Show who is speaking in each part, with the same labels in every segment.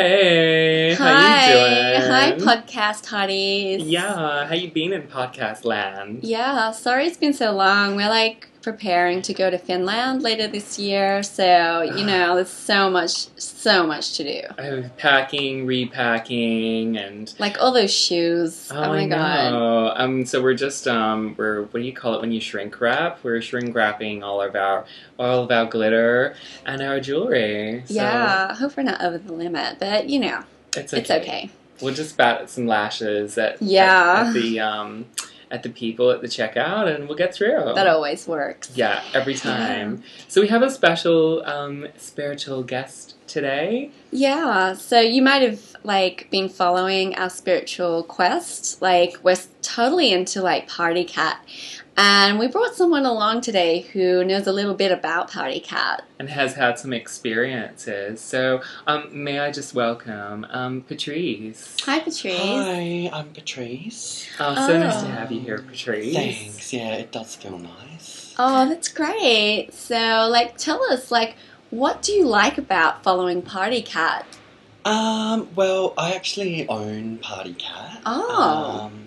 Speaker 1: Hey,
Speaker 2: hi,
Speaker 1: how you
Speaker 2: hi,
Speaker 1: doing?
Speaker 2: podcast hotties.
Speaker 1: Yeah, how you been in podcast land?
Speaker 2: Yeah, sorry it's been so long. We're like preparing to go to Finland later this year, so you
Speaker 1: Ah.
Speaker 2: know, there's so much, so much to do.
Speaker 1: I'm Oh, packing, repacking, and
Speaker 2: Like all those shoes.
Speaker 1: oh,
Speaker 2: my
Speaker 1: I
Speaker 2: god.
Speaker 1: know. Um, so we're just um, we're what do you call it when you shrink wrap? We're shrink wrapping all of our all of our glitter and our jewelry. So
Speaker 2: Yeah, hope we're not over the limit, but you know,
Speaker 1: it's okay.
Speaker 2: it's okay.
Speaker 1: We'll just bat some lashes at at-
Speaker 2: Yeah.
Speaker 1: at, the um at the people at the checkout, and we'll get through.
Speaker 2: That always works.
Speaker 1: Yeah, every time. So we have a special um, spiritual guest today.
Speaker 2: Yeah, so you might have like been following our spiritual quest. Like we're s- totally into like Party Cat. And we brought someone along today who knows a little bit about Party Cat.
Speaker 1: And has had some experiences. So, um, may I just welcome um, Patrice?
Speaker 2: Hi Patrice.
Speaker 3: Hi, I'm Patrice.
Speaker 1: Oh, so nice
Speaker 2: Oh.
Speaker 1: to have you here, Patrice.
Speaker 3: Thanks. Yeah, it does feel nice.
Speaker 2: Oh, that's great. So like tell us like what do you like about following Party Cat?
Speaker 3: Um, well, I actually own Party Cat.
Speaker 2: Oh.
Speaker 3: Um,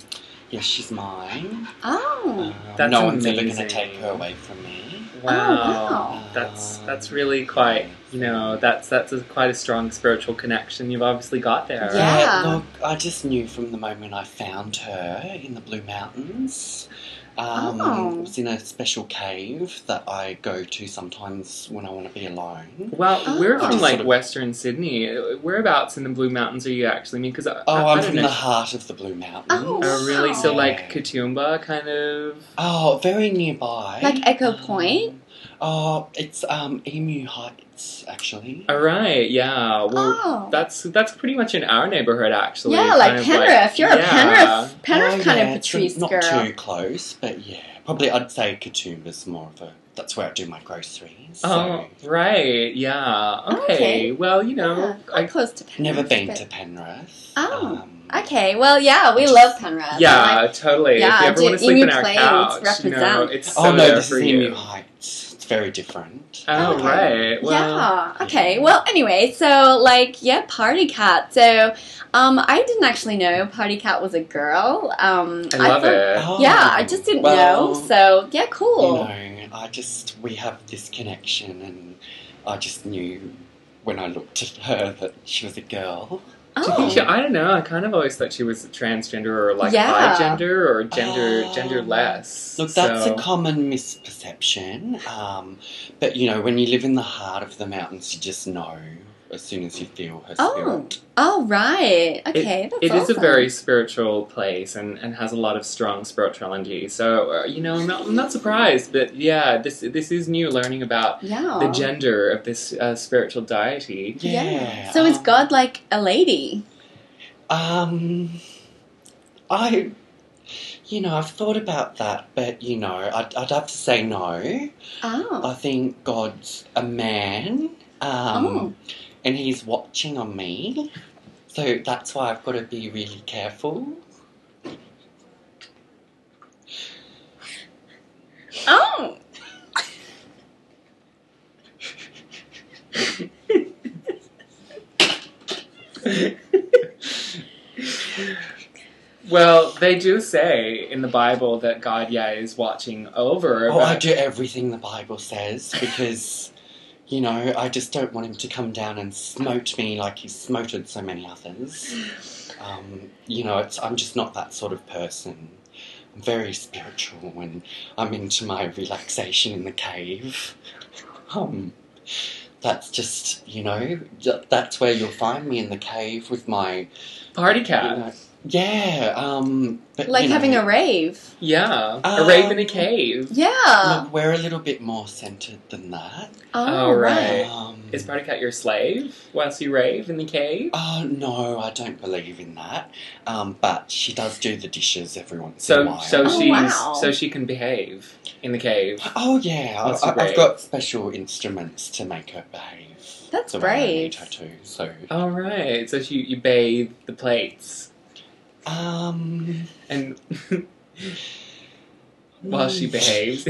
Speaker 3: yeah, she's mine.
Speaker 2: Oh.
Speaker 3: Um,
Speaker 1: That's
Speaker 3: no one's ever
Speaker 1: amazing.
Speaker 3: going to take her away from me.
Speaker 2: Oh,
Speaker 1: Wow.
Speaker 3: wow.
Speaker 1: That's that's really quite you know that's that's a, quite a strong spiritual connection you've obviously got there.
Speaker 2: Yeah.
Speaker 3: Look, I just knew from the moment I found her in the Blue Mountains. Um,
Speaker 2: Oh.
Speaker 3: It was in a special cave that I go to sometimes when I want to be alone.
Speaker 1: Well, we're
Speaker 2: Oh.
Speaker 1: from
Speaker 3: Just
Speaker 1: like
Speaker 3: sort of-
Speaker 1: Western Sydney. Whereabouts in the Blue Mountains are you actually? I mean, because I, I,
Speaker 3: Oh,
Speaker 1: I
Speaker 3: I'm
Speaker 1: don't
Speaker 3: from
Speaker 1: know.
Speaker 3: the heart of the Blue Mountains.
Speaker 1: Oh, really? So
Speaker 3: Wow.
Speaker 1: like Katoomba, kind of.
Speaker 3: Oh, very nearby.
Speaker 2: Like Echo
Speaker 3: Um,
Speaker 2: Point?
Speaker 3: Oh, it's um Emu Heights actually.
Speaker 1: All right, yeah. Well,
Speaker 2: Oh.
Speaker 1: that's that's pretty much in our neighborhood, actually.
Speaker 2: yeah,
Speaker 1: Kind
Speaker 2: like
Speaker 1: of
Speaker 2: Penrith. You're
Speaker 1: yeah.
Speaker 2: a Penrith Penrith
Speaker 3: Oh,
Speaker 2: kind
Speaker 3: yeah,
Speaker 2: of
Speaker 3: it's
Speaker 2: Patrice
Speaker 3: not
Speaker 2: girl.
Speaker 3: too close, but yeah, probably I'd say Katoomba's more of a. That's where I do my groceries.
Speaker 1: Oh,
Speaker 3: so.
Speaker 1: right, yeah. Okay.
Speaker 2: Oh, Okay.
Speaker 1: well, you
Speaker 2: Yeah,
Speaker 1: know,
Speaker 2: I'm
Speaker 1: I,
Speaker 2: close to Penrith.
Speaker 3: Never been
Speaker 2: but-
Speaker 3: to Penrith.
Speaker 2: Oh,
Speaker 3: um,
Speaker 2: Okay, well, yeah, we love Penrith.
Speaker 1: yeah,
Speaker 2: Like,
Speaker 1: totally.
Speaker 2: Yeah,
Speaker 1: if you ever
Speaker 2: do
Speaker 1: want to sleep in
Speaker 2: Emu
Speaker 1: our
Speaker 2: Plains
Speaker 1: couch, you know,
Speaker 2: represent.
Speaker 1: it's so
Speaker 3: Oh no,
Speaker 1: there
Speaker 3: this
Speaker 1: for
Speaker 3: is
Speaker 1: you.
Speaker 3: Emu Heights. It's very different.
Speaker 1: Oh,
Speaker 2: Okay.
Speaker 1: right. Well,
Speaker 2: yeah. Okay. Well, anyway, so like, yeah, Party Cat. So, um, I didn't actually know Party Cat was a girl. Um,
Speaker 1: I love
Speaker 2: thought-
Speaker 1: it.
Speaker 3: Oh,
Speaker 2: Yeah, I just didn't
Speaker 3: well,
Speaker 2: know. So, yeah, cool.
Speaker 3: You know, I just we have this connection, and I just knew when I looked at her that she was a girl.
Speaker 1: Do you think
Speaker 2: oh,
Speaker 1: she, I don't know. I kind of always thought she was transgender or like
Speaker 2: Yeah.
Speaker 1: bi-gender or gender
Speaker 3: Um,
Speaker 1: genderless.
Speaker 3: Look, that's
Speaker 1: so.
Speaker 3: a common misperception. Um, but you know, when you live in the heart of the mountains, you just know as soon as you feel her
Speaker 2: Oh,
Speaker 3: spirit.
Speaker 2: oh, right. Okay, that's
Speaker 1: It is
Speaker 2: awesome.
Speaker 1: a very spiritual place and, and has a lot of strong spirituality. So, uh, you know, I'm not, I'm not surprised, but yeah, this this is new learning about
Speaker 2: yeah.
Speaker 1: the gender of this uh, spiritual deity.
Speaker 2: Yeah. So is
Speaker 3: um,
Speaker 2: God like a lady?
Speaker 3: Um, I, you know, I've thought about that, but you know, I'd, I'd have to say no.
Speaker 2: Oh.
Speaker 1: Uh,
Speaker 3: I think God's a man, um,
Speaker 2: Oh.
Speaker 3: and He's watching on me. So that's why I've got to be really careful.
Speaker 2: Oh.
Speaker 1: Well, they do say in the Bible that God, yeah, is watching over.
Speaker 3: Oh, I
Speaker 1: but-
Speaker 3: do everything the Bible says because, you know, I just don't want him to come down and smote me like he smoted so many others. Um, you know, it's, I'm just not that sort of person. I'm very spiritual and I'm into my relaxation in the cave. Um, that's just, you know, th- that's where you'll find me in the cave with my,
Speaker 1: Party
Speaker 3: you
Speaker 1: cat.
Speaker 3: know, yeah. Um, but,
Speaker 2: Like
Speaker 3: you know,
Speaker 2: having a rave.
Speaker 1: Yeah. a
Speaker 3: Um,
Speaker 1: rave in a cave.
Speaker 2: Yeah.
Speaker 3: Look, we're a little bit more centered than that.
Speaker 2: oh,
Speaker 1: Oh,
Speaker 2: right.
Speaker 1: Okay. right.
Speaker 3: Um,
Speaker 1: Is party cat your slave whilst you rave in the cave?
Speaker 3: Oh no, I don't believe in that. Um, but she does do the dishes every once in a
Speaker 1: So,
Speaker 3: while.
Speaker 1: so
Speaker 2: Oh,
Speaker 1: she's
Speaker 2: wow.
Speaker 1: so she can behave in the cave.
Speaker 3: oh yeah, I,
Speaker 1: That's
Speaker 3: I-
Speaker 1: great.
Speaker 3: I've got special instruments to make her behave.
Speaker 2: That's
Speaker 3: the way I
Speaker 2: brave.
Speaker 3: need her to. So,
Speaker 1: All right. So she, you bathe the plates,
Speaker 3: um,
Speaker 1: and while she behaves,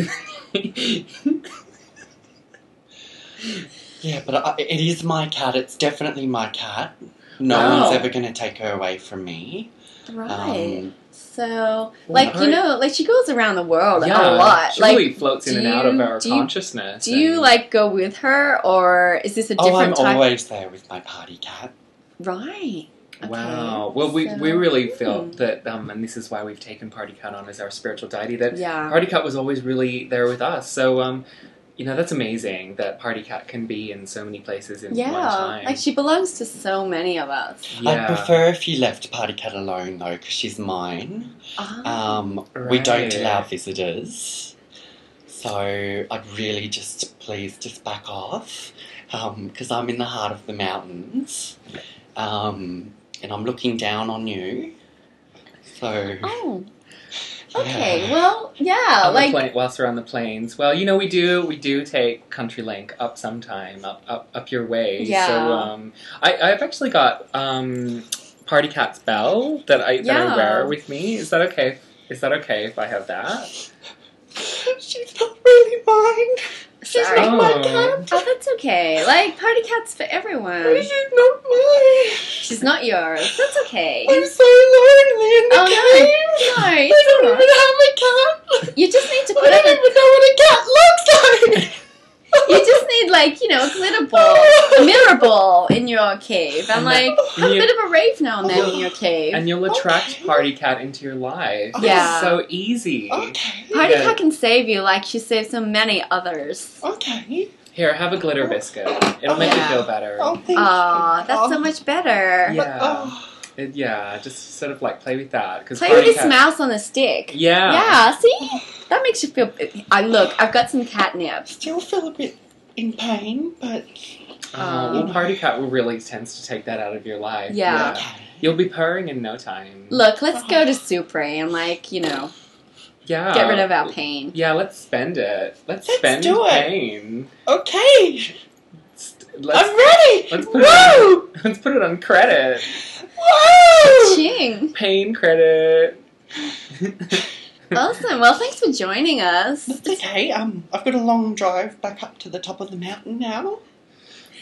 Speaker 3: Yeah, but I, it is my cat. It's definitely my cat. No
Speaker 1: Wow.
Speaker 3: one's ever going to take her away from me.
Speaker 2: Right.
Speaker 3: Um,
Speaker 2: so, like, you
Speaker 1: Right.
Speaker 2: know, like she goes around the world
Speaker 1: yeah,
Speaker 2: a lot.
Speaker 1: She
Speaker 2: Like,
Speaker 1: really floats in
Speaker 2: do
Speaker 1: and out of
Speaker 2: you-
Speaker 1: our
Speaker 2: do you-
Speaker 1: consciousness.
Speaker 2: do you
Speaker 1: and-
Speaker 2: like go with her, or is this a
Speaker 3: oh, I'm
Speaker 2: different type?
Speaker 3: always there with my party cat.
Speaker 2: Right. Okay.
Speaker 1: Wow. Well, we,
Speaker 2: So-
Speaker 1: we really feel
Speaker 2: Hmm.
Speaker 1: that, um, and this is why we've taken Party Cat on as our spiritual deity, that
Speaker 2: Yeah.
Speaker 1: Party Cat was always really there with us. So, um, you know, that's amazing that Party Cat can be in so many places in one
Speaker 2: Yeah.
Speaker 1: time.
Speaker 2: Like she belongs to so many of us.
Speaker 1: yeah.
Speaker 3: I prefer if you left party cat alone though, because she's mine.
Speaker 1: Uh,
Speaker 2: Ah.
Speaker 3: Um, We don't
Speaker 1: Right.
Speaker 3: allow visitors. So I'd really just please just back off because I'm in the heart of the mountains um, and I'm looking down on you. So,
Speaker 2: oh. Okay.
Speaker 3: yeah.
Speaker 2: Well, yeah.
Speaker 1: On the
Speaker 2: Uh, Like.
Speaker 1: plane- whilst we're on the planes, well, you know, we do we do take Country Link up sometime, up up up your way.
Speaker 2: Yeah.
Speaker 1: So um, I I've actually got um, Party Cat's bell that I that I
Speaker 2: Yeah.
Speaker 1: wear with me. Is that okay? Is that okay if I have that?
Speaker 3: She's not really mine.
Speaker 2: She's
Speaker 1: Sorry.
Speaker 2: not my
Speaker 1: Oh.
Speaker 2: cat. Oh, that's okay. Like party cats for everyone.
Speaker 3: She's not mine.
Speaker 2: She's not yours. That's okay.
Speaker 3: I'm so lonely in the
Speaker 2: Oh, no.
Speaker 3: cave.
Speaker 2: No,
Speaker 3: I
Speaker 2: it's
Speaker 3: don't
Speaker 2: alright.
Speaker 3: even have a cat.
Speaker 2: You just need to
Speaker 3: I
Speaker 2: put
Speaker 3: don't
Speaker 2: it.
Speaker 3: even know what a cat looks like.
Speaker 2: You just need like you know a glitter ball, a mirror ball in your cave, and like have a
Speaker 1: You-
Speaker 2: bit of a rave now and then in your cave.
Speaker 1: And you'll attract
Speaker 3: Okay.
Speaker 1: Party Cat into your life.
Speaker 2: Yeah.
Speaker 1: It's so easy.
Speaker 3: Okay.
Speaker 2: Party
Speaker 1: Yeah.
Speaker 2: cat can save you, like she saved so many others.
Speaker 3: Okay.
Speaker 1: Here, have a glitter biscuit. It'll make
Speaker 2: Yeah.
Speaker 1: you feel better.
Speaker 3: Oh, thank
Speaker 2: Aw,
Speaker 3: you.
Speaker 2: that's so
Speaker 3: Oh,
Speaker 2: much better.
Speaker 1: Yeah.
Speaker 3: oh.
Speaker 1: It- yeah, just sort of like play with that. because
Speaker 2: Play
Speaker 1: Party
Speaker 2: with this
Speaker 1: Cat.
Speaker 2: mouse on a stick.
Speaker 1: Yeah.
Speaker 2: Yeah, see? That makes you feel. I look. I've got some catnip.
Speaker 3: Still feel a bit in pain, but
Speaker 1: Uh,
Speaker 2: Um,
Speaker 1: well, Party Cat will really tends to take that out of your life.
Speaker 2: Yeah.
Speaker 3: okay.
Speaker 1: You'll be purring in no time.
Speaker 2: Look, let's go to Supre and like you know
Speaker 1: yeah.
Speaker 2: get rid of our pain.
Speaker 1: Yeah, let's spend it. Let's,
Speaker 3: Let's
Speaker 1: spend
Speaker 3: do it.
Speaker 1: pain.
Speaker 3: Okay.
Speaker 1: St- Let's,
Speaker 3: I'm ready.
Speaker 1: let's put it
Speaker 3: Woo!
Speaker 1: let's put it on credit.
Speaker 3: Woo!
Speaker 2: Ching.
Speaker 1: Pain credit.
Speaker 2: Awesome. Well, thanks for joining us.
Speaker 3: That's okay. Um, I've got a long drive back up to the top of the mountain now.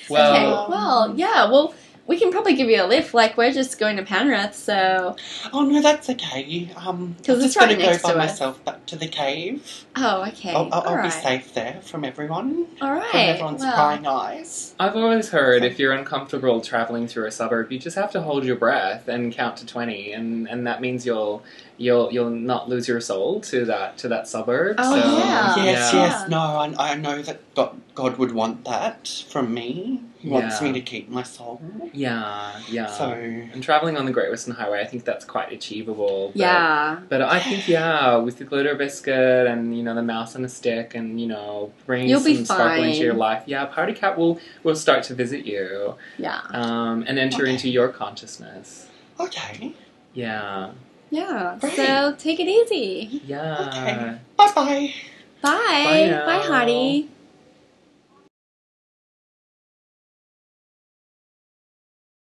Speaker 1: well,
Speaker 2: okay. Well, yeah. Well, we can probably give you a lift. Like we're just going to Penrith, so
Speaker 3: Oh no, that's okay. Um,
Speaker 2: 'Cause
Speaker 3: I'm
Speaker 2: it's
Speaker 3: just gonna
Speaker 2: right next
Speaker 3: go by
Speaker 2: to us.
Speaker 3: myself back to the cave.
Speaker 2: oh, okay.
Speaker 3: I'll, I'll,
Speaker 2: All
Speaker 3: I'll be
Speaker 2: right.
Speaker 3: safe there from everyone.
Speaker 2: All
Speaker 3: From
Speaker 2: right.
Speaker 3: everyone's
Speaker 2: well,
Speaker 3: prying eyes.
Speaker 1: I've always heard if you're uncomfortable traveling through a suburb, you just have to hold your breath and count to twenty, and, and that means you'll you'll you'll not lose your soul to that to that suburb.
Speaker 2: Oh,
Speaker 1: so,
Speaker 2: yeah.
Speaker 3: yes,
Speaker 2: Yeah.
Speaker 3: yes, no, I, I know that God, God would want that from me. He wants
Speaker 1: Yeah.
Speaker 3: me to keep my soul.
Speaker 1: yeah, yeah.
Speaker 3: So,
Speaker 1: And traveling on the Great Western Highway, I think that's quite achievable. But,
Speaker 2: yeah.
Speaker 1: But I think yeah, with the glitter biscuit and you know the mouse on a stick and you know bringing
Speaker 2: You'll
Speaker 1: some
Speaker 2: be
Speaker 1: sparkle into
Speaker 2: fine.
Speaker 1: your life, yeah, Party Cat will will start to visit you
Speaker 2: Yeah.
Speaker 1: um, and enter
Speaker 3: Okay.
Speaker 1: into your consciousness.
Speaker 3: okay.
Speaker 1: Yeah,
Speaker 2: Yeah.
Speaker 3: Great.
Speaker 2: So take it easy.
Speaker 1: yeah.
Speaker 3: Okay. Bye bye.
Speaker 2: Bye.
Speaker 1: now.
Speaker 2: Bye, Hardy.